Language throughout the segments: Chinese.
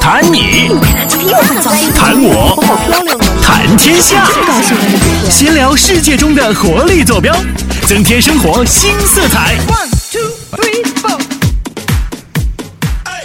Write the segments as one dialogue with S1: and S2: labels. S1: 谈你，谈我，谈天下，闲聊世界中的活力坐标，增添生活新色彩。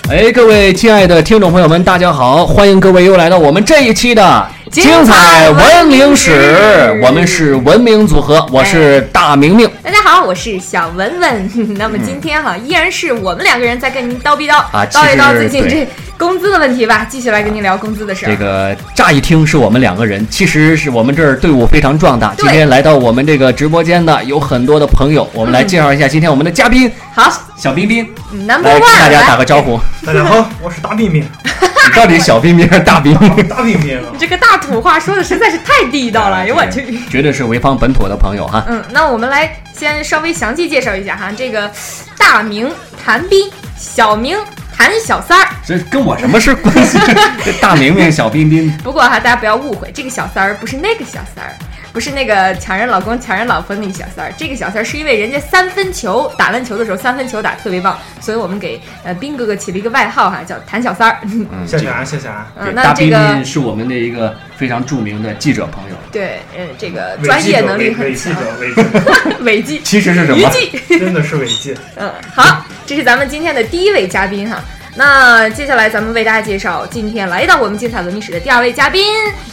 S2: 哎，各位亲爱的听众朋友们，大家好！欢迎各位又来到我们这一期的
S3: 精
S2: 彩
S3: 彩
S2: 文
S3: 文
S2: 明
S3: 明
S2: 史
S3: 史，
S2: 我们是文明组合，我是大明明。
S3: 大家好，我是小文文。 那么今天哈，依然是我们两个人在跟您叨逼叨，
S2: 嗯啊其实
S3: 叨一叨最近
S2: 对
S3: 这工资的问题吧。继续来跟您聊工资的事儿。
S2: 这个乍一听是我们两个人，其实是我们这儿队伍非常壮大。今
S3: 对
S2: 天来到我们这个直播间的有很多的朋友，我们来介绍一下今天我们的嘉宾
S3: 好嗯
S2: 小彬彬，
S3: ，Number
S2: 来跟
S3: One，
S2: 大家打
S3: 来，
S2: 个招呼。
S4: 大家好，我是大彬彬，
S2: 你到底小彬彬还是大彬彬？
S4: 大彬彬啊，
S3: 这个大土话说的实在是太地道了， 哎呦我去。
S2: 绝对是潍坊本土的朋友哈。
S3: 嗯，那我们来先稍微详细介绍一下哈，这个大名谭斌，小名谭小三儿。
S2: 这跟我什么事关 系？这大明明、小彬彬，
S3: 不过哈，大家不要误会，这个小三儿不是那个小三儿，不是那个抢人老公、抢人老婆那个小三儿。这个小三儿是因为人家三分球打篮球的时候三分球打特别棒，所以我们给呃斌哥哥起了一个外号哈，叫谭小三儿。嗯、
S2: 嗯，
S4: 谢谢啊，谢谢啊，
S2: 对
S3: 那
S2: 大
S3: 这
S2: 彬
S3: 个
S2: 彬是我们的一个非常著名的记者朋友，
S3: 对，嗯，这个
S4: 伪
S3: 专
S4: 记
S3: 业
S4: 者
S3: 能力
S4: 伪
S3: 很
S4: 伪记
S3: 强，
S4: 者，伪记者，
S3: 伪记、
S2: 其实是什
S3: 虞
S2: 么？
S3: 记。
S4: 真的是伪记。
S3: 嗯，好，这是咱们今天的第一位嘉宾哈。那接下来咱们为大家介绍今天来到我们精彩文明史的第二位嘉宾，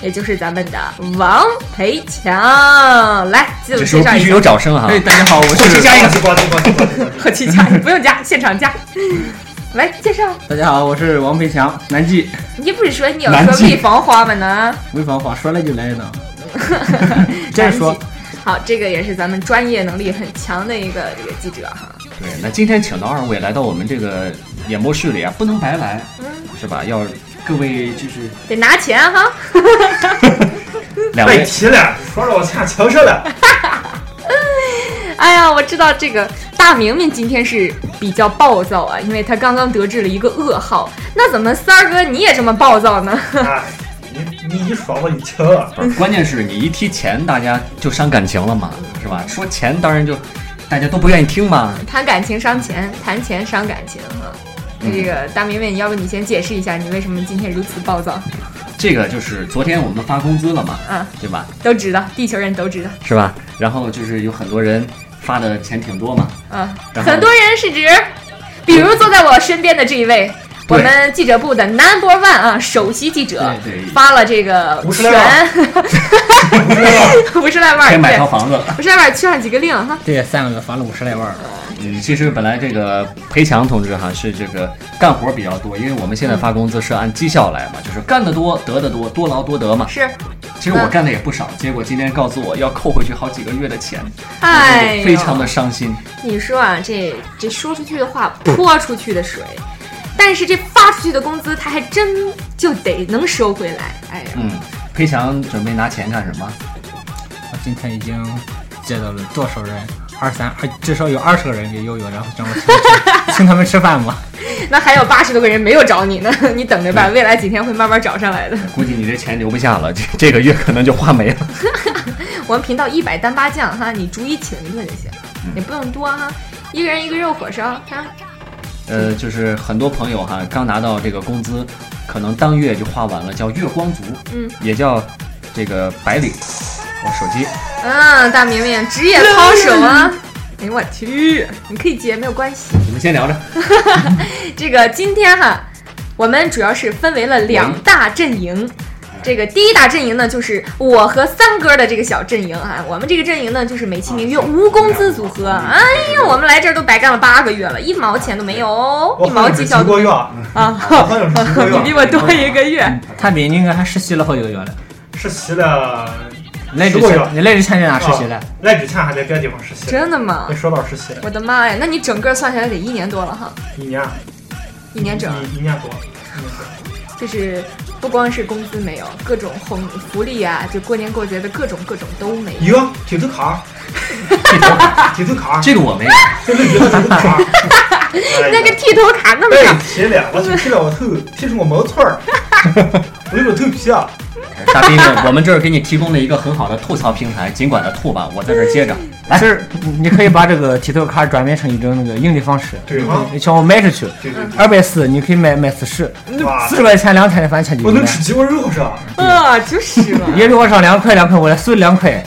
S3: 也就是咱们的王培强。来，自我
S2: 这
S3: 介
S2: 时候
S3: 绍
S2: 必
S3: 一
S2: 须
S3: 下。
S2: 有掌声啊！
S5: 哎，大家好，我是
S2: 加一个
S4: 呱唧呱唧呱唧呱唧。
S3: 后期加，不用加，现场加。来介绍，
S5: 大家好，我是王培强，南极
S3: 你不是说你有
S2: 南
S3: 说
S2: 极
S3: 未防滑吗呢？
S5: 潍坊话，说来就来呢。接着说，
S3: 好，这个也是咱们专业能力很强的一个这个记者哈。
S2: 对，那今天请到二位来到我们这个演播室里啊，不能白来，
S3: 嗯，
S2: 是吧？要各位就是
S3: 得拿钱哈。
S2: 两
S4: 别
S2: 位，
S4: 提了，说了我欠情似的。
S3: 哎呀，我知道这个大明明今天是比较暴躁啊，因为他刚刚得知了一个噩耗。那怎么三儿哥你也这么暴 躁呢？
S4: 哎，你你一说我你啊情了，
S2: 不是关键是你一提钱，大家就伤感情了嘛，是吧？说钱当然就大家都不愿意听嘛。
S3: 谈感情伤钱，谈钱伤感情
S2: 嗯
S3: 哈。那这个大明明，要不你先解释一下，你为什么今天如此暴躁？
S2: 这个就是昨天我们发工资了嘛，
S3: 嗯，
S2: 对吧？
S3: 都知道，地球人都知道，
S2: 是吧？然后就是有很多人发的钱挺多嘛，
S3: 嗯，
S2: 然后
S3: 很多人是指，比如坐在我身边的这一位，我
S2: 对
S3: 们记者部的 number one 啊，首席记者
S2: 对对
S3: 发了这个
S4: 五十来
S3: 全
S4: 万
S3: 五十来万
S2: 可
S3: 儿，
S2: 以买
S3: 哎对
S2: 套，房子了。
S3: 五十来万儿缺上几个零哈，
S5: 这三个月罚了五十来万儿，
S2: 嗯，其实本来这个裴强同志哈是这个干活比较多，因为我们现
S3: 嗯
S2: 在发工资是按绩效来嘛，就是干得多得得多，多劳多得嘛。
S3: 是，
S2: 其实我干的也不少，结果今天告诉我要扣回去好几个月的钱，
S3: 哎
S2: 我
S3: 呦，
S2: 非常的伤心。
S3: 你说啊，这这说出去的话，泼出去的水，但是这发出去的工资，他还真就得能收回来，哎呀，
S2: 嗯，裴强准备拿钱干什么？
S5: 我今天已经接到了多少人？二三，还至少有二十个人给悠悠，然后让我请他 们吃请他们吃饭吧。
S3: 那还有八十多个人没有找你呢， 你等着
S2: 嗯
S3: 吧，未来几天会慢慢找上来的。
S2: 估计你这钱留不下了，这这个月可能就花没了。嗯
S3: 我们频道一百单八酱哈，你逐一请一顿就行，
S2: 嗯
S3: 也不用多哈，一个人一个肉火烧哈。
S2: 呃，就是很多朋友哈，刚拿到这个工资，可能当月就花完了，叫月光族，
S3: 嗯，
S2: 也叫这个白领。我手机，
S3: 嗯，大明明职业操守啊！哎呦我去，你可以接没有关系。
S2: 你们先聊着。
S3: 这个今天哈，我们主要是分为了两大阵营。这个第一大阵营呢，就是我和三哥的这个小阵营啊。我们这个阵营呢，就是美其名曰无工资组合。哎呀，我们来这儿都白干了八个月了，一毛钱都没有哦，
S4: 我
S3: 一毛
S4: 好像
S3: 绩
S4: 是
S3: 效
S4: 提
S3: 都
S4: 过
S3: 没
S4: 月
S3: 有，
S4: 我
S3: 啊。
S4: 好像是提过
S3: 你
S4: 月，
S3: 比我多一个月，
S5: 他比你应该还实习了好几个月了。
S4: 实习了，哦
S5: 来之
S4: 十个月
S5: 前，你来之前在哪实啊习了？
S4: 来之前还在别的地方实习。
S3: 真的吗
S4: 一？说到实习，
S3: 我的妈呀，那你整个算下来得一年多了哈，
S4: 一年啊
S3: 一年整，
S4: 一一年多，一年多
S3: 就是不光是工资没有，各种红福利啊，就过年过节的各种各种都没有。
S4: 哟，地图 卡，地图卡，
S2: 这个我没有，
S4: 真的觉得地图 卡。哎呀
S3: 那个剃头卡那么
S4: 别
S3: 少，
S4: 提了，我就提了我头，提出我毛错儿。我有点蜕皮啊！
S2: 傻逼们，我们这儿给你提供了一个很好的吐槽平台，尽管的吐吧，我在这儿接着。来，
S5: 就是你可以把这个提特卡转变成一种那个盈利方式，
S4: 对
S5: 你
S4: 啊
S5: 可以像我卖出去，
S4: 对对对，
S5: 二百四你可以卖卖四十，
S4: 哇
S5: 四十块钱两天的饭钱就
S4: 我
S5: 有
S4: 能
S5: 了。
S4: 吃鸡块肉是吧？
S3: 啊，就是嘛。
S5: 也如果上两块两块，我来四十两块，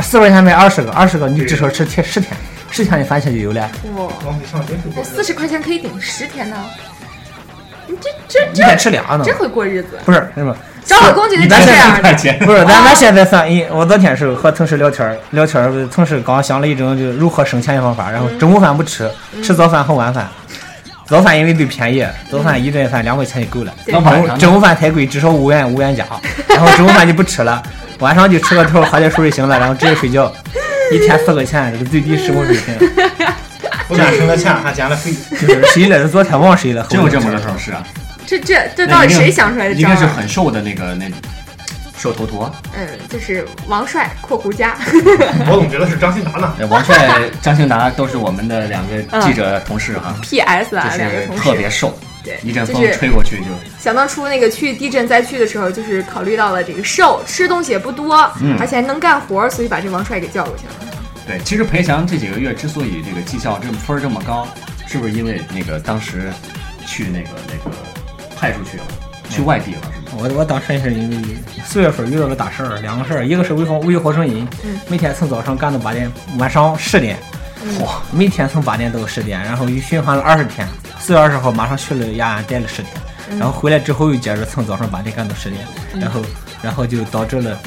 S5: 四十块钱卖二十个，二十个你至少吃天十天，十天的饭钱就有了。
S3: 哇，
S4: 往里上真是
S3: 那
S4: 多
S3: 四十块钱可以顶十天呢。你这这
S5: 一天
S3: 这
S5: 吃俩呢，
S3: 真会过日子，
S5: 不是那么。
S2: 啊
S3: 找老公就得
S5: 咱
S3: 这样
S2: 块
S3: 的。
S2: 钱。
S5: 不是，咱咱现在算一，我昨天是和同事聊天儿，聊天儿，同事刚想了一种就是如何省钱的方法，然后中午饭不吃，
S3: 嗯
S5: 吃早饭和晚饭。早饭因为最便宜，早饭一顿饭两块钱就够了。
S3: 对
S2: 能
S5: 中
S2: 晚上
S5: 午
S2: 呢
S5: 中午饭太贵，至少五元 五元加，然后中午饭就不吃了，晚上就吃个头，喝点水就行了，然后直接睡觉。一天四块钱，这个最低生活水平，
S4: 不但省了钱，还减了肥。
S5: 就是谁来的昨天 忘谁了。
S2: 真有这么个事儿是啊？
S3: 这这这到底谁想出来的
S2: 一
S3: 招
S2: 个是
S3: 啊？
S2: 很瘦的那个那瘦头陀，
S3: 嗯，就是王帅（括弧 加
S4: 我总觉得是张新达呢。
S2: 呃王帅、张兴达都是我们的两个记者同事哈，
S3: PS
S2: 就
S3: 啊）哎两个
S2: 是
S3: 同
S2: 特别
S3: 事，
S2: 瘦，
S3: 对，
S2: 一阵
S3: 就
S2: 风
S3: 是
S2: 吹过去就
S3: 想当初那个去地震灾区的时候，就是考虑到了这个瘦，吃东西也不多，
S2: 嗯
S3: 而且还能干活，所以把这王帅给叫过去了。
S2: 对。其实裴翔这几个月之所以这个绩效这么分儿这么高，是不是因为那个当时去那个那个派出去了，去外地了是吗？
S5: 我我当时也是因为四月份遇到了大事儿，两个事儿，一个是微风微活声音，
S3: 嗯
S5: 每天从早上干到八点，晚上十点，
S3: 嗯
S5: 哇、每天从八点到十点，然后又循环了二十天。四月二十号马上去了雅安，待了十天，
S3: 嗯
S5: 然后回来之后又接着从早上八点干到十点，然后然后就导致了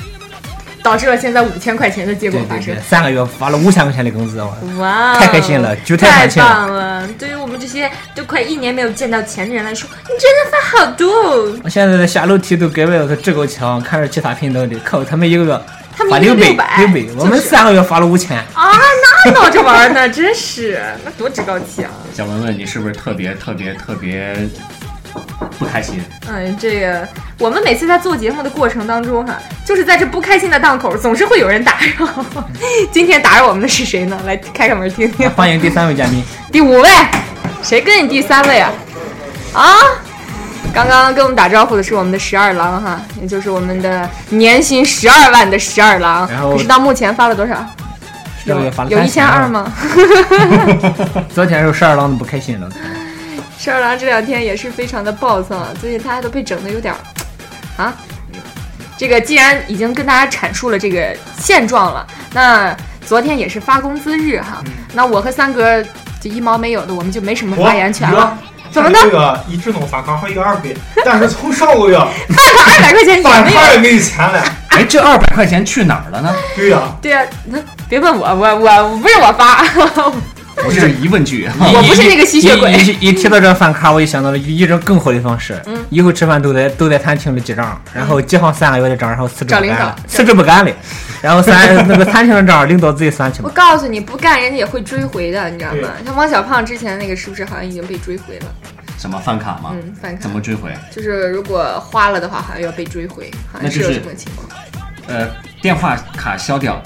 S3: 导致了现在五千块钱的结
S5: 对
S3: 果
S5: 对
S3: 发生
S5: 对，。三个月发了五千块钱的工资，我
S3: 哇哦，
S5: 太开心了就太
S3: 太
S5: 开心了
S3: 棒了！对于我们这些都快一年没有见到钱的人来说，你真的发好多哦。
S5: 我现在的下楼梯都格外的志高强，看着其他频道的，靠他们一个月
S3: 他们
S5: 发
S3: 一个
S5: 六
S3: 月
S5: 百
S3: 600
S5: 六百，我们
S3: 就是
S5: 三个月发了五千。
S3: 啊，哪闹着玩呢？真是，那多趾高气昂、啊！
S2: 小文文，你是不是特别特别特别不开心？
S3: 嗯，这个我们每次在做节目的过程当中哈、就是在这不开心的档口，总是会有人打扰。 今天打扰我们的是谁呢？来开开门听听。
S5: 欢迎第三位嘉宾，
S3: 第五位，谁跟你第三位啊？啊！刚刚跟我们打招呼的是我们的十二郎哈，也就是我们的年薪十二万的十二郎。
S5: 然后
S3: 可是到目前发了多少？
S5: 这
S3: 有
S5: 个月发了啊
S3: 有一
S5: 3000
S3: 千二吗？
S5: 昨天是十二郎都不开心了，
S3: 十二郎这两天也是非常的暴躁，啊，最近大家都被整的有点儿，啊，这个既然已经跟大家阐述了这个现状了，那昨天也是发工资日哈，
S5: 嗯
S3: 那我和三哥就一毛没有的，我们就没什么
S4: 我
S3: 发言权了。怎么呢
S4: 这个一直能发卡和一个二百，但是从上个月
S3: 二百块钱也
S4: 饭
S3: 没有。
S4: 卡也没有钱了。
S2: 哎，这二百块钱去哪儿了呢？
S4: 对呀，
S3: 对呀、那别问我，我我我不是我发，
S2: 我这是疑问 句。
S3: 我不是那个吸血鬼
S5: 一一一提到这饭卡，我就想到了一种更好的方式。嗯，以后吃饭都在都在餐厅里记账，然后记上三个月的账，然后辞
S3: 嗯
S5: 职
S3: 找
S5: 不
S3: 领
S5: 干
S3: 导
S5: 了，辞职不干了，然后 三那个餐厅的账领导自己算去
S3: 我
S5: 吧。
S3: 告诉你，不干人家也会追回的，你知道吗？像汪小胖之前那个是不是好像已经被追回了？
S2: 什么饭卡吗？
S3: 嗯，反
S2: 怎
S3: 看
S2: 么追回？
S3: 就是如果花了的话，好像要被追回，好像
S2: 那
S3: 是
S2: 就是
S3: 有这么个情况。
S2: 呃，电话卡消掉，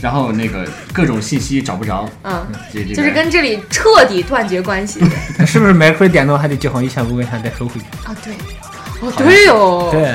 S2: 然后那个各种信息找不着，
S3: 嗯，
S2: 这这
S3: 就是
S2: 个
S3: 跟这里彻底断绝关系
S5: 是不是买块电脑还得交上一千五块钱再收回去？
S3: 啊！对，哦对 哦，
S5: 对，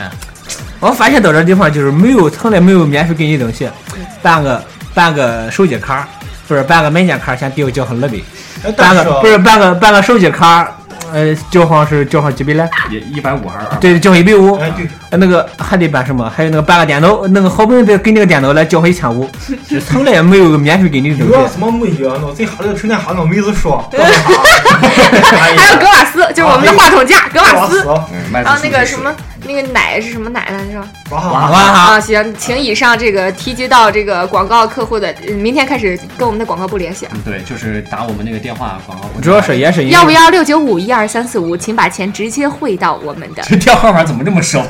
S5: 我发现到这地方就是没有从来没有免费给你东西，
S3: 嗯
S5: 办个办个手机卡，不是办个门店卡，先得要交上二百，
S4: 哎但
S5: 办
S4: 是
S5: 个不是办个办个手机卡，呃，交上是交上几百来？
S2: 也一百五还是二百？
S5: 对，交一百五。
S4: 哎对，
S5: 呃那个还得办什么？还有那个办个电脑，那个好不容易得给那个电脑来交一千五，是从来也没有免费给你的
S4: 有点
S5: 东
S4: 什
S5: 西。
S4: 么没有？我最哈的成天喊那妹子说，告诉她哎呀
S3: 还有格瓦斯，就是我们的话筒架，格瓦斯。
S4: 哇
S2: 嗯，麦子
S3: 然啊后那个
S2: 是
S3: 什么，那个奶是什么奶来着？
S5: 好
S4: 哇，
S5: 吧，
S3: 啊，行，请以上这个提及到这个广告客户的，呃明天开始跟我们的广告部联系啊。
S2: 嗯对，就是打我们那个电话广告部。
S5: 主要是也是因
S3: 幺五
S5: 为
S3: 幺六九五一二三四五，请把钱直接汇到我们的。
S2: 这电话号码怎么这么熟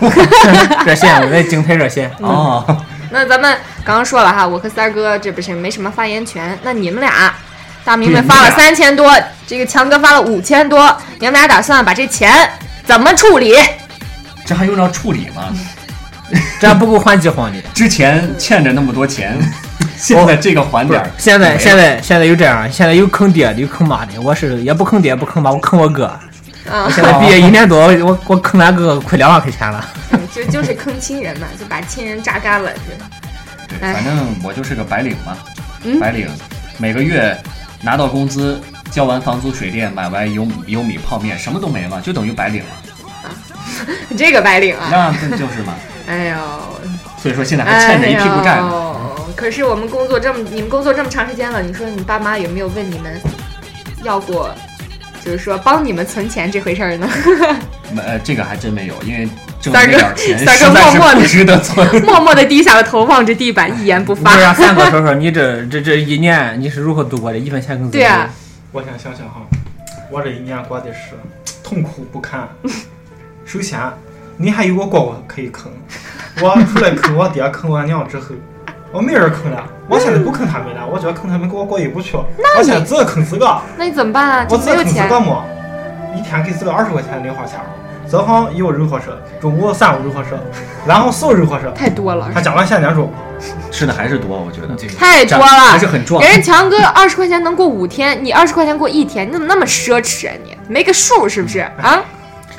S5: 热线，我在邢台热线。
S2: 哦，
S3: 那咱们刚刚说了哈，我和三儿哥这不是没什么发言权，那你们俩，大明们发了三千多，这个强哥发了五千多，你们俩打算把这钱怎么处理？
S2: 这还用着处理吗？
S5: 这还不够还饥荒的。
S2: 之前欠着那么多钱，现在这个还
S5: 不是
S2: 点儿，
S5: 现在
S2: 没了
S5: 现在现在有这样，现在有坑爹的，有坑妈的。我是也不坑爹，不坑妈，我坑我哥。
S3: 啊
S5: 我现在毕
S2: 哦
S5: 业一年多，我我坑俺哥快两万块钱了。
S3: 嗯 就就是坑亲人嘛，就把亲人榨干了，是吧
S2: 对，
S3: 哎
S2: 反正我就是个白领嘛，
S3: 嗯
S2: 白领，每个月拿到工资，交完房租、水电，买完油米油米泡面，什么都没了，就等于白领了。
S3: 这个白领啊，
S2: 那这就是 嘛，
S3: 哎呦，
S2: 所以说现 在还
S3: 哎
S2: 欠着一屁股债呢。
S3: 呦，可是我们工作这么，你们工作这么长时间了，你说你爸妈有没有问你们要过，就是说帮你们存钱这回事儿 呢？
S2: 没呃，这个还真没有，因为挣
S3: 三
S2: 那
S3: 哥
S2: 点钱实
S3: 三哥
S2: 在
S3: 默默
S2: 是
S3: 地
S2: 不值得存。
S3: 默默的低下了头，望着地板，一言不
S5: 不
S3: 发
S5: 是。让三哥说说你这这这一年你是如何度过的？一分钱工资
S3: 对啊，
S4: 我先想想哈，我这一年过的是痛苦不堪。 首先，您还有个锅我可以坑， 我除了坑我爹、坑我娘之后，我没人坑了。我现在不坑他们了，我觉得坑他们跟我过意不去。我现在只坑自个儿，
S3: 那你怎么办啊？
S4: 我
S3: 就
S4: 只
S3: 没有
S4: 坑自
S3: 钱
S4: 个，儿么？一天给自个儿二十块钱零花钱，早上一个肉火烧，中午三个肉火烧，然后四个肉火烧，
S3: 太多了
S4: 还，加完现金粥。
S2: 吃的还是多，我觉
S5: 嗯
S2: 得
S3: 太多
S2: 还
S3: 了
S2: 是。很壮。
S3: 人家强哥二十块钱能过五天，你二十块钱过一天，你怎么那么奢侈啊你？没个数是不是 啊？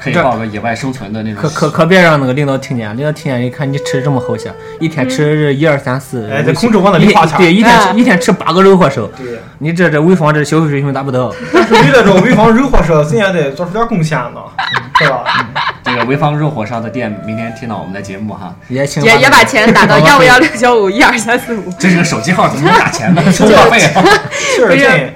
S2: 可以报个野外生存的那种。
S5: 可可可别让那个领导听见，领导听见一看你吃这么齁些，一天吃一二三四，
S4: 哎，得
S5: 五
S4: 控制我的
S5: 一
S4: 零花
S5: 天
S4: 钱。
S5: 对一天吃
S3: 嗯
S5: 一天吃八个肉火烧，
S4: 对。
S5: 你这这潍坊这消费水平达不到。
S4: 但是为了这潍坊肉火烧，人也得做出点贡献呢，对吧？
S2: 这个潍坊肉火烧的店，明天听到我们的节目哈，
S5: 也行吧
S3: 也也把钱打到 幺五幺六九五一二三四五。
S2: 这是个手机号，怎么能打钱 呢？充话费啊！
S4: 确实真，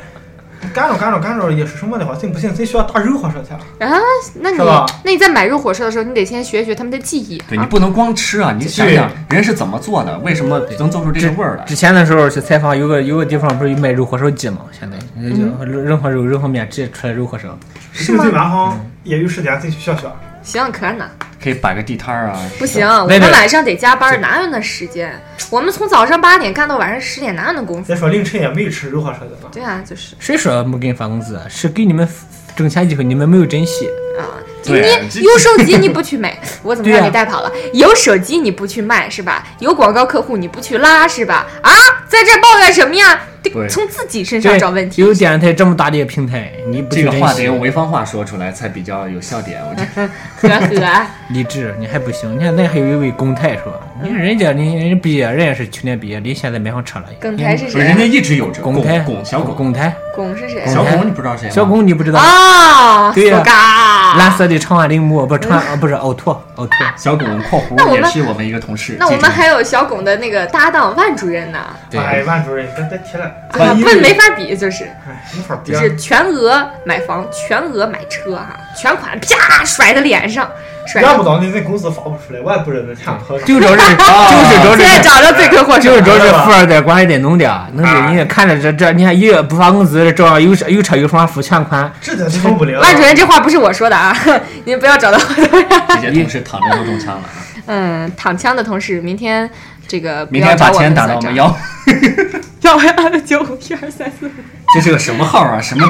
S4: 干着干着干着也是什么的话，信不信？谁需要打肉火烧去？
S3: 啊，那你
S4: 是吧
S3: 那你在买入火烧的时候，你得先学学他们的技艺
S2: 对你
S3: 啊。
S2: 不能光吃啊，你想想人是怎么做的，为什么能做出这个味儿来？
S5: 之前的时候去采访，有个有个地方不是有卖肉火烧鸡吗？现在
S3: 嗯
S5: 就任何肉、任何面直接出来肉火烧。
S4: 是最麻烦，业余时间自己去学学。
S3: 行，可呢？
S2: 可以摆个地摊儿啊。
S3: 不行，我
S5: 那
S3: 们
S5: 得
S3: 晚上得加班，哪有那时间？我们从早上八点干到晚上十点，哪有那功夫？
S4: 再说凌晨也没吃肉火烧去呢。
S3: 对啊，就是
S5: 谁说没给你发工资啊？是给你们挣钱机会，你们没有珍惜。
S3: 啊，
S2: 对啊这
S3: 你有手机你不去买，我怎么
S5: 对啊
S3: 让你带跑了？有手机你不去卖是吧？有广告客户你不去拉是吧？啊，在这抱怨什么呀？得
S2: 对
S3: 从自己身上
S5: 这
S3: 找问题。
S5: 有电视台这么大的一个平台，你不
S2: 这
S5: 去
S2: 个
S5: 珍
S2: 话得用
S5: 惜，
S2: 潍坊话说出来才比较有笑点， 我觉得。
S3: 呵呵，
S5: 理智你还不行。你看那还有一位龚泰说，你看人家人人家毕业，人家是去年毕业，离现在买房车了。
S3: 耿台是
S2: 不是人家
S3: 谁？
S2: 一直嗯有这
S5: 龚泰，
S2: 拱小拱，
S5: 龚泰，
S3: 巩是谁？
S5: 龚
S2: 小
S5: 台
S2: 拱你不知道谁吗？
S5: 小龚你不知道？
S3: 啊，
S5: 对呀
S3: 索嘎
S5: 蓝色的长安铃木不是长安，啊不是奥拓，奥拓。
S2: 小拱（括
S3: 那
S2: 弧）
S3: 我们
S2: 也是我们一个同事。
S3: 那我
S2: 记
S3: 们
S2: 住
S3: 还有小巩的那个搭档万主任呢，
S5: 对
S4: 哎，万主任，别别提了，
S3: 啊，
S4: 万一
S3: 不没法比，就是
S4: 哎，没法
S3: 就
S4: 编。
S3: 是全额买房，全额买车啊，全款啪甩在脸上，甩
S4: 要
S3: 上
S4: 不。 到你那公司发不出来，我也不认得钱。
S5: 就 找这，就是找
S3: 现在
S5: 这，
S3: 找着罪魁祸首了
S5: 就哦是啊找这富二代官二代弄的，弄的你也看着这这，你看一个不发工资，照样有车有车有房付全款，
S4: 这点就受不了。
S3: 万主任，这话不是我说的啊， 你们不要找到我的。
S2: 这些同事躺着都中枪了啊。
S3: 嗯，躺枪的同事，明天这个不
S2: 明
S3: 要
S2: 天
S3: 找
S2: 把
S3: 我
S2: 钱
S3: 们
S2: 打到我们
S3: 算账。
S2: 腰，
S3: 幺幺二九五一二三四。
S2: 这是个什么号啊？什么？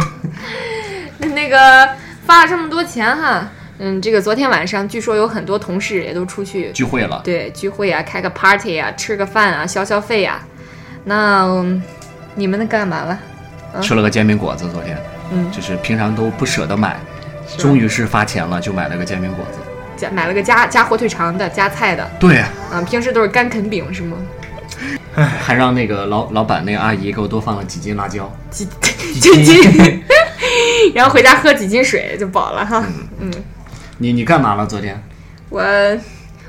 S3: 那个发了这么多钱哈，嗯，这个昨天晚上据说有很多同事也都出去
S2: 聚会了，
S3: 对聚会啊，开个 party 啊，吃个饭啊，消消费啊。那嗯你们那干嘛了？
S2: 吃了个煎饼果子，昨天，
S3: 嗯
S2: 就是平常都不舍得买，
S3: 是吧
S2: 终于是发钱了，就买了个煎饼果子。
S3: 加买了个加加火腿肠的，加菜的
S2: 对，
S3: 啊，平时都是干啃饼是吗？
S2: 还让那个老老板那个阿姨给我多放了几斤辣椒。
S3: 几几斤， 然后回家喝几斤水就饱了哈。
S2: 你你干嘛了？昨天？
S3: 我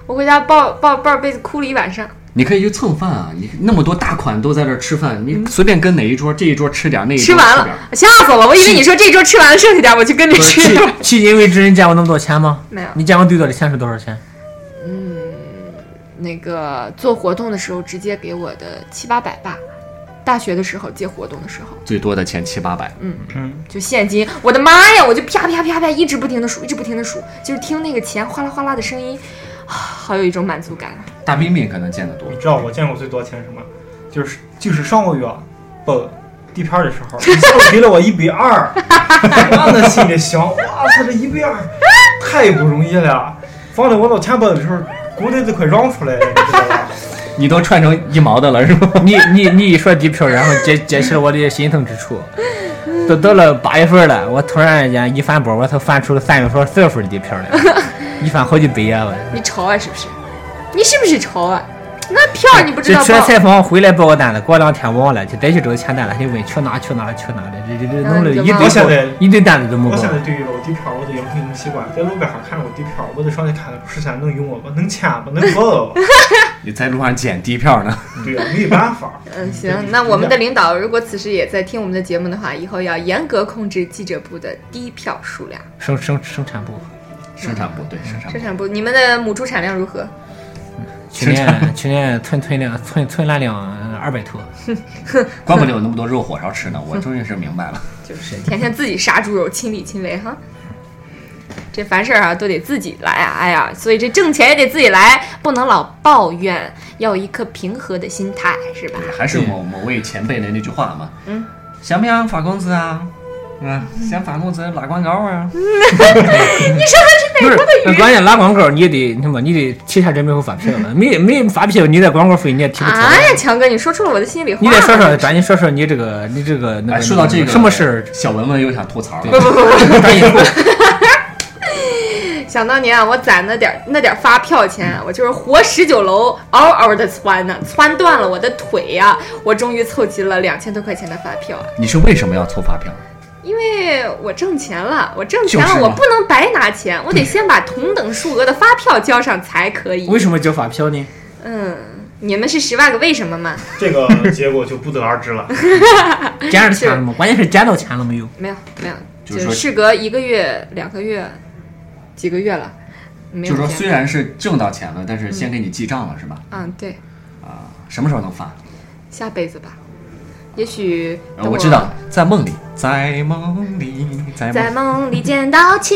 S3: 我回家抱抱抱着被子哭了一晚上。
S2: 你可以去蹭饭啊！你那么多大款都在这儿吃饭，你随便跟哪一桌，这一桌吃点儿，那一桌
S3: 吃
S2: 点
S3: 完
S2: 儿。
S3: 了，吓死我了！我以为你说这桌吃完了剩下点儿，我去跟着
S5: 不是
S3: 吃。
S5: 迄迄今为止，你见过那么多钱吗？
S3: 没有
S5: 你见过最多的钱是多少钱？
S3: 那个做活动的时候直接给我的七八百吧，大学的时候接活动的时候
S2: 最多的钱七八百，
S3: 就现金，我的妈呀，我就啪啪啪啪一直不停的数，一直不停的数，就是听那个钱哗啦哗啦的声音，啊好有一种满足感啊。
S2: 大冰冰可能见得多
S4: 你。知道我见过最多钱是什么？就是就是上个月报地片儿的时候， 一下子给了我一百二，我那心里想，哇操，这一百二太不容易了，放在我脑前包的时候，骨头都快嚷出来了，你知道吧？
S2: 你都串成一毛的了是吗？
S5: 你你你一说地皮儿，然后解解析了我的心疼之处。都到了八月份了，我突然间一翻波，我操，翻出了三月份、四月份的地皮儿来，一翻好几倍啊！我
S3: 你潮啊是不是？你是不是潮啊？那票儿你不知
S5: 这
S3: 道
S5: 去了
S3: 报，
S5: 采访回来报个单子，过两天忘了，就再去找个签单了，就问去哪去哪去哪了，这这这弄了一
S3: 嗯你就忘了
S5: 堆
S4: 现在
S5: 一堆单子都没
S4: 我
S5: 报
S4: 现。在对于老地票我都养成一种习惯，在路边上看着我地票，我都上去看看，是想能用我吧，能签吧，能报吧。
S2: 你在路上捡地票呢？
S4: 对呀、没办法。
S3: 嗯，行，那我们的领导如果此时也在听我们的节目的话，以后要严格控制记者部的低票数量。
S5: 生生生产部
S2: 生产部对生产部
S3: 生，产部，你们的母猪产量如何？
S5: 去年去年吞吞两吞吞了两二百头，
S2: 怪不得有那么多肉火烧吃呢。我终于是明白了，
S3: 就是天天自己杀猪肉，亲力亲为哈。这凡事啊都得自己来啊，哎呀，所以这挣钱也得自己来，不能老抱怨，要有一颗平和的心态，是吧？
S2: 对，还是某某位前辈的那句话嘛，嗯，想不想发工资啊？嗯，想发工资拉广告啊？
S3: 哎
S5: 不是，那关键拉广告你也得他妈你得提前准备好发票了，没没发票你的广告费你也提不出
S3: 哎
S5: 来。
S3: 呀，强哥，你说出了我的心里话。
S5: 嗯你得说说，赶紧说说你这个你这个那
S2: 哎，
S5: 个
S2: 说到这个
S5: 什么事儿，
S2: 小文文又想吐槽了。
S5: 赶紧说
S3: 想当年啊，我攒那点儿那点儿发票钱啊，我就是活十九楼，嗷嗷的窜呢，窜断了我的腿呀、我终于凑齐了两千多块钱的发票啊，
S2: 你是为什么要凑发票？
S3: 因为我挣钱了，我挣钱了，
S2: 就是嘛
S3: 我不能白拿钱，我得先把同等数额的发票交上才可以。
S5: 为什么叫发票呢？
S3: 嗯，你们是十万个为什么吗？
S4: 这个结果就不得而知了。
S5: 捡着钱了吗？关键是捡到钱了没有？
S3: 没有没有，
S2: 就是说
S3: 事隔一个月、两个月、几个月了，没
S2: 就
S3: 有
S2: 是说，
S3: 钱
S2: 虽然是挣到钱了，但是先给你记账了，是吧？
S3: 嗯对，
S2: 什么时候能发？
S3: 下辈子吧，也许
S2: 呃
S3: 等
S2: 我知道，在梦里，在梦里，在
S3: 在
S2: 梦。
S3: 梦里见到钱，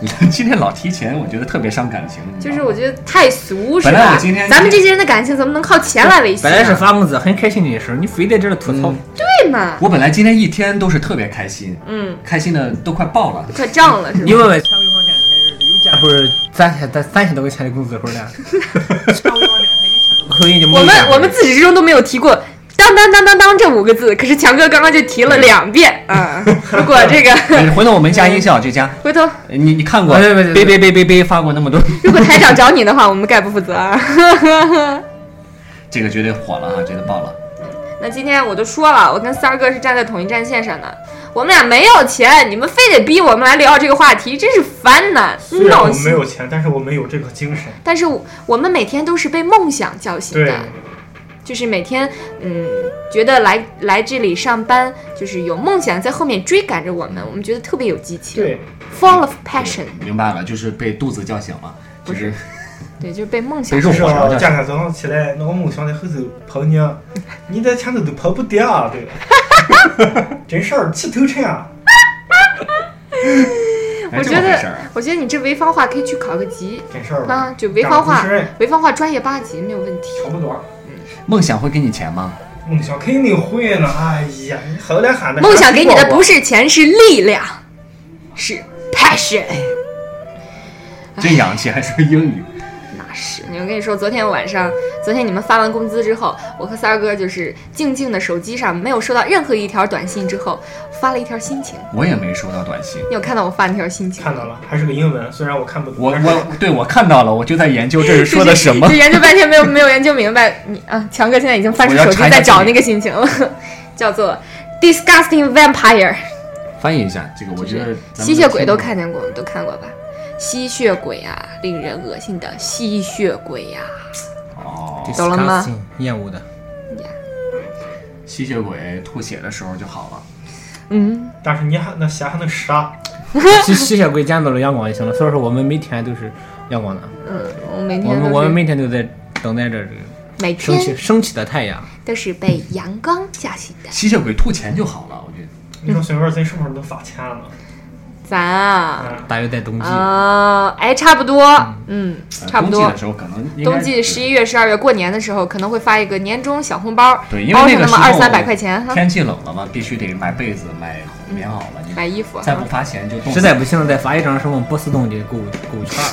S2: 你今天老提钱，我觉得特别伤感情。你知
S3: 就
S2: 道吗
S3: 是我觉得太俗，是
S2: 本来
S3: 吧
S2: 我今天？
S3: 咱们这些人的感情怎么能靠钱来维系呢？
S5: 本来是发工资很开心的事儿，你非得这儿吐槽。
S3: 对嘛，
S2: 我本来今天一天都是特别开心，
S3: 嗯，
S2: 开心的都快爆了。
S3: 快胀了是
S5: 你
S3: 吧？
S5: 问问前潍坊电视台有啊见不是咱咱三千多块钱的工资回来？ 前潍坊电视台一千多块钱就没
S3: 我们
S5: 见过
S3: 我们自始至终都没有提过“当当当当当”这五个字，可是强哥刚刚就提了
S4: 嗯
S3: 两遍啊！如果这个
S2: 哎回头我们加音效，这加
S3: 回头
S2: 你你看过？
S5: 哎
S2: 别
S5: 别别别
S2: 别别别别发过那么多，
S3: 如果台长找你的话，我们概不负责啊。
S2: 这个绝对火了啊，绝对爆了。
S3: 那今天我都说了，我跟三儿哥是站在统一战线上的，我们俩没有钱，你们非得逼我们来聊这个话题，真是烦呐！
S4: 虽然
S3: 闹
S4: 我们没
S3: 心。
S4: 有钱，但是我们有这个精神。
S3: 但是我我们每天都是被梦想叫醒
S4: 对
S3: 的，，就是每天，嗯，觉得来来这里上班，就是有梦想在后面追赶着我们，我们觉得特别有激情
S4: 对，
S3: ，full of passion，
S2: 明白了，就是被肚子叫醒了，就是
S3: 对，就是被梦
S2: 被
S3: 想。
S2: 肉
S4: 就是
S2: 火烧叫
S4: 今
S2: 醒。
S4: 天早上起来，那个梦想在后头跑呢， 你在前头都跑不掉啊，对吧？真事儿，气头沉啊！
S2: 哎
S3: 我
S2: 这么
S3: 觉
S2: 回
S3: 得
S2: 事儿啊，
S3: 我觉得你这潍坊话可以去考个级
S4: 真事儿吧
S3: 啊，就潍坊话
S4: 长不是人，
S3: 潍坊话专业八级没有问题。
S4: 差不多。
S2: 梦想会给你钱吗？
S4: 梦想肯定会呢，哎呀，你好歹喊的
S3: 梦想给你的不是钱，是力量，是 passion。哎
S2: 这洋气还说英语，
S3: 那是，我跟你说，昨天晚上，昨天你们发完工资之后，我和三儿哥就是静静的手机上没有收到任何一条短信之后，发了一条心情。
S2: 我也没收到短信。
S3: 你有看到我发那条心情？
S4: 看到了，还是个英文，虽然我看不懂，
S2: 我
S4: 但是
S2: 我对我看到了，我就在研究这是说的什么
S3: 就。研究半天没有没有研究明白。你啊，强哥现在已经翻出手机
S2: 我要查一下
S3: 在找那个心情了， 叫做 disgusting vampire，
S2: 翻译一下这个，我觉得咱们
S3: 吸血鬼都看见过，都看过吧？吸血鬼啊，令人恶心的吸血鬼呀、
S2: 哦，
S3: 懂了吗？
S5: 厌恶的，
S2: 吸血鬼吐血的时候就好了。
S3: 嗯。
S4: 但是你还那鞋还能湿啊？
S5: 吸吸血鬼见到了阳光就行了。所以说我们每天都是阳光的，啊
S3: 嗯，我每
S5: 我
S3: 天
S5: 们
S3: 都
S5: 我们
S3: 是
S5: 每天都在等待着这个
S3: 每
S5: 升起
S3: 天
S5: 升起的太阳。
S3: 都是被阳光叫醒的。
S2: 吸血鬼吐钱就好了，我觉得。
S4: 你说孙文，咱什么时候能发钱了？
S3: 咱啊
S4: 嗯
S5: 大约在冬季，
S3: 啊，哎，差不多，嗯，
S2: 呃
S3: 差不
S2: 冬季
S3: 多
S2: 的。时候可能应该
S3: 冬季十一月、十二月过年的时候，可能会发一个年终小红包，
S2: 对，因为
S3: 包
S2: 那
S3: 上
S2: 个
S3: 那
S2: 时
S3: 么
S2: 候
S3: 二三百块钱哈，嗯
S2: 天气冷了嘛，必须得买被子、买棉袄了。
S3: 买
S2: 你
S3: 衣服。啊
S2: 再不发钱就冻死。
S5: 实在不行再发一张什么波司登的购物购物券儿，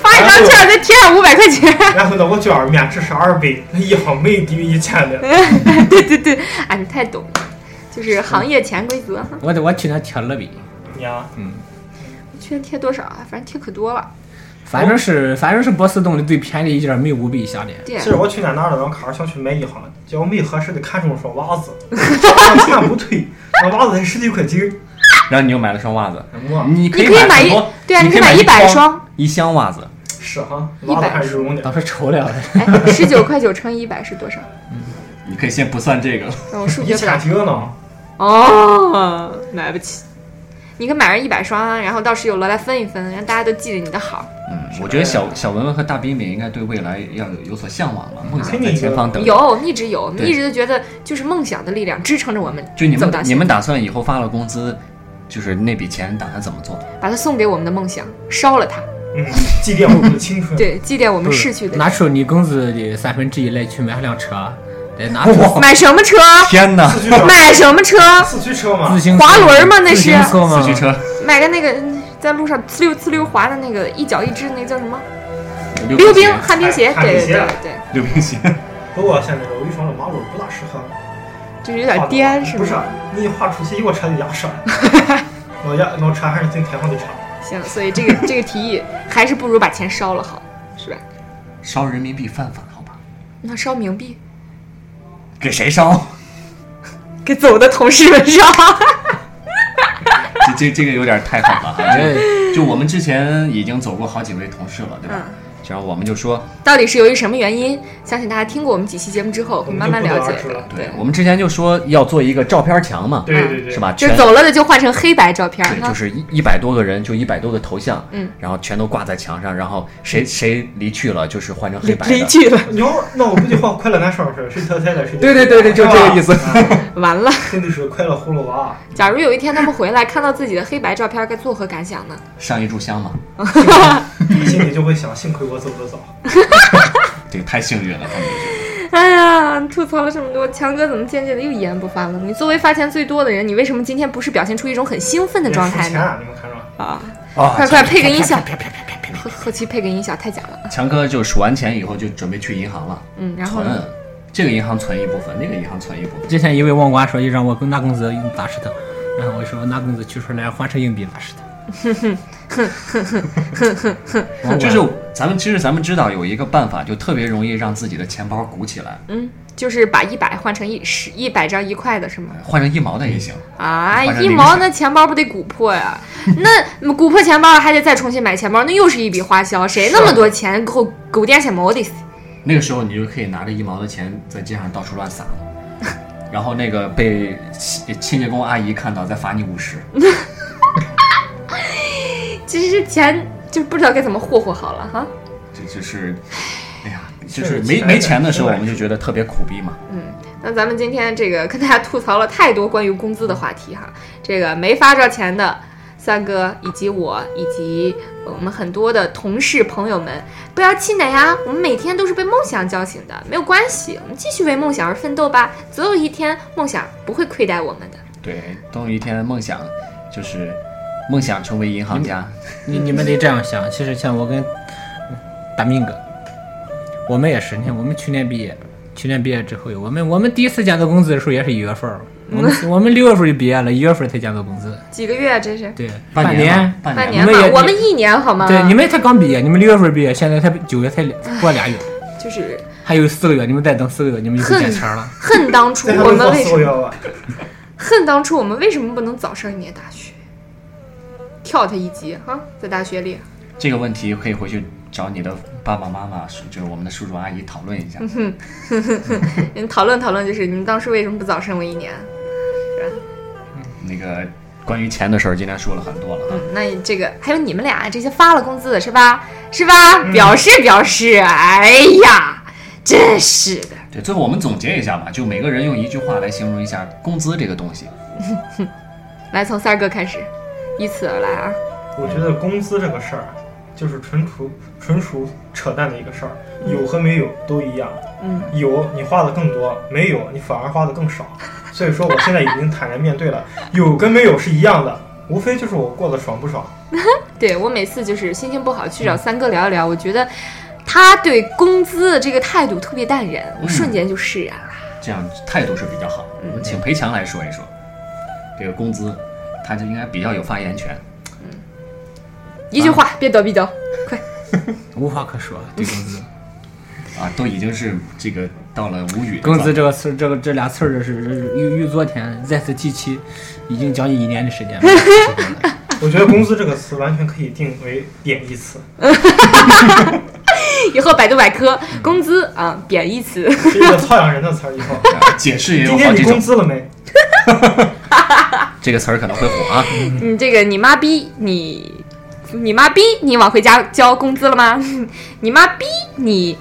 S3: 发一张券再贴上五百块钱。
S4: 然后呢，我觉着面值是二百，那一行没低于一千的。
S3: 对对对，啊，你太懂了，就是行业潜规则。嗯
S5: 我得我去年贴了呗，
S4: 娘，
S3: 去年贴多少啊？反正贴可多了。
S5: 反正是反正是波司登的最便宜的一件没五百以下的。
S3: 对，
S4: 其实我去年拿了张卡，想去买一行，结果没合适的看中了双袜 子，一千不退，那袜子才十几块九。
S2: 然后你又买了双袜子，
S4: 我
S2: 哦你可
S3: 你可以买
S2: 很
S3: 一
S2: 多
S3: 对啊
S2: 你
S3: 你
S2: 可以
S3: 买
S2: 一
S3: 100
S2: 筐
S3: 双、
S2: 一箱袜子，
S4: 是哈，袜子还是绒的。
S5: 当时愁了，
S3: 哎，十九块九乘以一百是多少？
S2: 你可以先不算这个。
S3: 那我数
S4: 一
S3: 学不
S4: 千
S3: 了。
S4: 九 呢？
S3: 哦，买不起。你可买上一百双，然后到时有了来分一分，让大家都记着你的好。
S2: 嗯，我觉得小小文文和大彬彬应该对未来要有有所向往了，梦想
S4: 肯
S2: 在
S4: 定
S2: 前
S4: 有
S2: 方等着。
S3: 有，一直有，
S2: 对
S3: 一直都觉得就是梦想的力量支撑着我们
S2: 就你
S3: 走
S2: 们
S3: 到
S2: 你
S3: 现在
S2: 们打算以后发了工资，就是那笔钱打算怎么做？
S3: 把它送给我们的梦想，烧了它，
S4: 嗯，祭奠我们的青春。
S3: 对，祭奠我们
S5: 不
S3: 逝
S5: 是
S3: 去的
S5: 拿出你工资的三分之一来去买辆车，得拿
S3: 人。
S5: 出
S3: 买什 么车？
S2: 天哪！
S4: 四驱车，
S3: 买什么车？
S4: 四驱车嘛
S5: 自，行
S3: 滑轮吗那是
S5: 自行车吗
S2: 四驱车
S3: 买个那个嗯在路上呲溜呲溜滑的那个，一脚一只那个叫什么？溜
S2: 溜
S3: 冰、
S2: 鞋
S3: 旱冰鞋。
S4: 旱
S3: 对
S4: 冰
S3: 对
S4: 鞋啊
S3: 对对，
S2: 溜冰鞋，
S4: 不过现在这潍坊的马路不大适合。
S3: 就是有点颠是
S4: 不
S3: 吗？
S4: 是，你画出去一个车就压 上了，老压老车还是挺开放的车。
S3: 行，所以这个这 个提议还是不如把钱烧了好，是吧？
S2: 烧人民币犯法好吧？
S3: 那烧冥币，
S2: 给谁烧？
S3: 给走的同事 们烧。
S2: 这这这个有点太狠了哈！
S5: 哎
S2: 这就我们之前已经走过好几位同事了，对吧？然后我们就说，
S3: 嗯到底是由于什么原因？相信大家听过我们几期节目之后，会慢慢了解
S4: 我们就不得而知
S3: 的
S4: 了。
S2: 对我们之前就说要做一个照片墙嘛，
S4: 对对对，
S2: 是吧？
S3: 就
S2: 全
S3: 走了的就换成黑白照片，
S2: 对，
S3: 那
S2: 就是一一百多个人，就一百多个头像，
S3: 嗯，
S2: 然后全都挂在墙上，然后谁谁离去了，就是换成黑白的。
S3: 离去了，
S4: 你要那我估计换快乐男生是谁淘汰了谁？
S2: 对对对对，就这个意思。
S3: 完了。
S4: 真的是快乐葫芦 娃，
S3: 假如有一天他们回来看到自己的黑白照片，该作何感想呢？
S2: 上一炷香嘛，
S4: 心里就会想：幸亏我走得早。
S2: 这个太幸运了，他们就是
S3: 哎呀，吐槽了这么多，强哥怎么渐渐的又一言不发了？你作为发钱最多的人，你为什么今天不是表现出一种很兴奋的状态
S4: 数钱
S3: 呢？
S4: 啊，你们看着。
S3: 啊，
S2: 啊
S3: 快快配个音效，后后期配个音效太假了。
S2: 强哥就数完钱以后就准备去银行了，
S3: 嗯，然后
S2: 存
S3: 呢？，
S2: 这个银行存一部分，那个银行存一部分。
S5: 之前一位网管说，一让我拿工资砸石头，然后我说拿工资取出来换成硬币砸石头。网管
S2: 就是咱们其实咱们知道有一个办法，就特别容易让自己的钱包鼓起来，
S3: 嗯，就是把一百换成一十，一百张一块的是吗？
S2: 换成一毛的也行。
S3: 啊，
S2: 换成
S3: 一
S2: 零
S3: 毛
S2: 钱
S3: 那钱包不得鼓破呀？ 那嗯鼓破钱包还得再重新买钱包，那又是一笔花销。谁
S2: 啊
S3: 那么多钱够够点钱毛的？
S2: 那个时候你就可以拿着一毛的钱在街上到处乱撒了， 然后那个被亲清洁工阿姨看到再罚你五十。
S3: 嗯其实这钱就是不知道该怎么霍霍好了哈。
S2: 这就是，哎呀，
S4: 是
S2: 就是
S4: 其
S2: 没
S4: 实
S2: 没钱的时候，
S4: 是
S2: 我们就觉得特别苦逼嘛。
S3: 那咱们今天这个跟大家吐槽了太多关于工资的话题哈，这个没发着钱的三哥以及我以及我们很多的同事朋友们，不要气馁啊！我们每天都是被梦想叫醒的，没有关系，我们继续为梦想而奋斗吧，总有一天梦想不会亏待我们的。
S2: 对，总有一天梦想，就是梦想成为银行家。
S5: 你你们得这样想，其实像我跟大明哥，我们也是，你看我们去年毕业，去年毕业之后，我们我们第一次见到工资的时候也是一月份儿，我们我们六月份就毕业了，一月份才见到工资，
S3: 几个月啊这是
S5: 对，
S2: 半
S5: 年
S2: 吧。半
S3: 半
S2: 年
S3: 年
S2: 吧。
S3: 啊嘛
S5: 吧你们也，
S3: 我们一年好吗？
S5: 对，你们才刚毕业，你们六月份毕业，现在才九月才两过俩月，
S3: 就是
S5: 还有四个月，你们再等四个月，你们就会见钱儿了。
S3: 恨当初
S4: 再
S3: 我
S4: 还
S3: 们
S4: 能
S3: 为
S4: 四
S3: 什
S4: 个
S3: 么
S4: 月吧？
S3: 恨当初我们为什么不能早上一年大学，跳他一级哈，在大学里。
S2: 这个问题可以回去找你的爸爸妈妈，就是我们的叔叔阿姨讨论一下。
S3: 嗯，讨论讨论，就是你们当时为什么不早生我一年？
S2: 那个关于钱的事儿，今天说了很多了啊。
S3: 嗯，那这个还有你们俩这些发了工资的是吧？是吧？表示表示，哎呀，真是的，
S2: 对，最后我们总结一下吧，就每个人用一句话来形容一下工资这个东西。
S3: 来从三儿哥开始，依次而来啊。
S4: 我觉得工资这个事儿，就是纯属纯属扯淡的一个事儿，有和没有都一样。
S3: 嗯，
S4: 有你花的更多，没有你反而花的更少。所以说，我现在已经坦然面对了，有跟没有是一样的，无非就是我过得爽不爽。
S3: 对我每次就是心情不好去找三哥聊一聊，我觉得他对工资的这个态度特别淡然，我瞬间就释然了。
S2: 这样态度是比较好。我们请裴强来说一说，这个工资，他就应该比较有发言权。
S3: 一句话，别叨逼叨，快！
S5: 无话可说，对工资，
S2: 啊，都已经是这个到了无语的
S5: 工
S2: 状态
S5: 资这个词儿，这个这俩词儿，这是这是欲欲昨天，在此即期，已经将近一年 的时间了。
S4: 我觉得“工资”这个词完全可以定为贬义 词，
S3: 以后百度百科工资啊贬义词，
S4: 是一个操养人的词儿。以后，
S2: 啊解释也有
S4: 今
S2: 好
S4: 天
S2: 几
S4: 你工
S2: 种，
S4: 资了没？
S2: 这个词儿可能会火啊。
S3: 你嗯这个你妈逼你，你妈逼你往回家交工资了吗？ 你妈逼你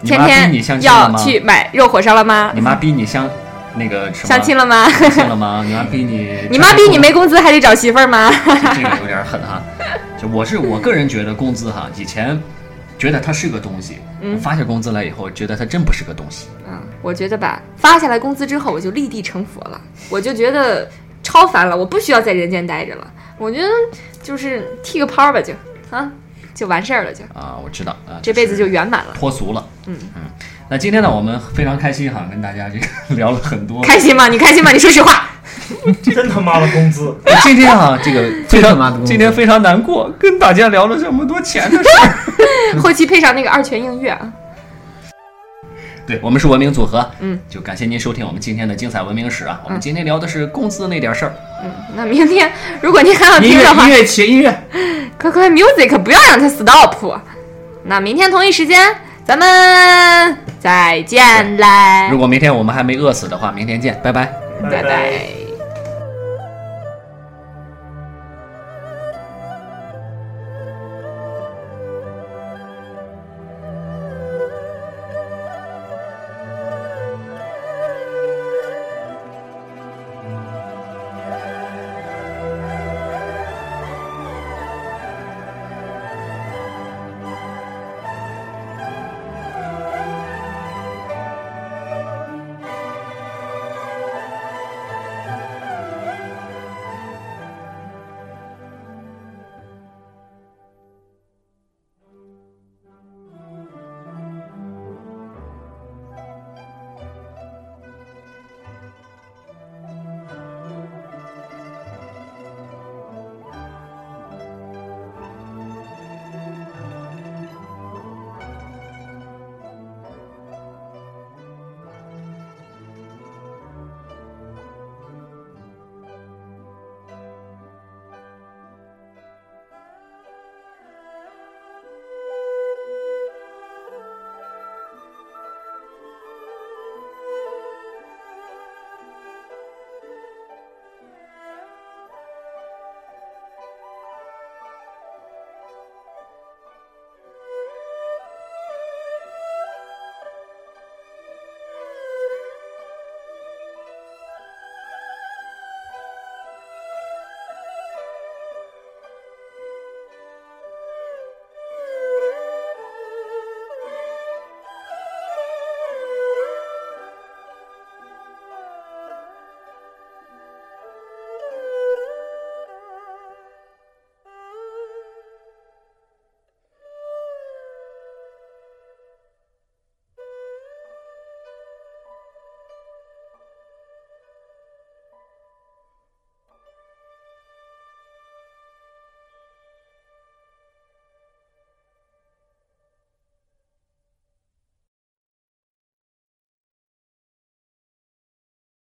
S2: 你
S3: 天
S2: 妈逼
S3: 天
S2: 你相亲了
S3: 要
S2: 吗？
S3: 去买肉火烧了吗
S2: 你？妈逼你相那个什么
S3: 相亲了吗？
S2: 相亲了吗？你妈逼你
S3: 你妈逼你没工资还得找媳妇 儿吗？
S2: 这个有点狠哈。就我是我个人觉得工资哈，以前觉得它是个东西，我发下工资来以后，觉得它真不是个东西。
S3: 嗯，我觉得吧，发下来工资之后，我就立地成佛了，我就觉得超凡了，我不需要在人间待着了。我觉得就是剃个泡吧，就啊，就完事儿了，就
S2: 啊，我知道啊，
S3: 这辈子
S2: 是
S3: 就圆满了。
S2: 脱俗了。
S3: 嗯
S2: 那今天呢，我们非常开心哈，跟大家这个聊了很多。
S3: 开心吗？你开心吗？你说实话。
S4: 真他妈的工资！
S2: 今天啊，这 个非
S5: 最他妈的
S2: 常
S5: 工作
S2: 今天非常难过，跟大家聊了这么多钱 的事儿。
S3: 后期配上那个二泉映月啊，
S2: 对我们是文明组合，
S3: 嗯，
S2: 就感谢您收听我们今天的精彩文明史啊。我们今天聊的是工资那点事儿，
S3: 那明天如果您还想
S5: 音
S3: 听哎
S5: 乐
S3: 的话
S5: 音，乐起音乐，
S3: 快快 music 不要让它 stop。那明天同一时间咱们再见嘞，
S2: 如果明天我们还没饿死的话，明天见，拜拜。
S4: 拜
S3: 拜拜。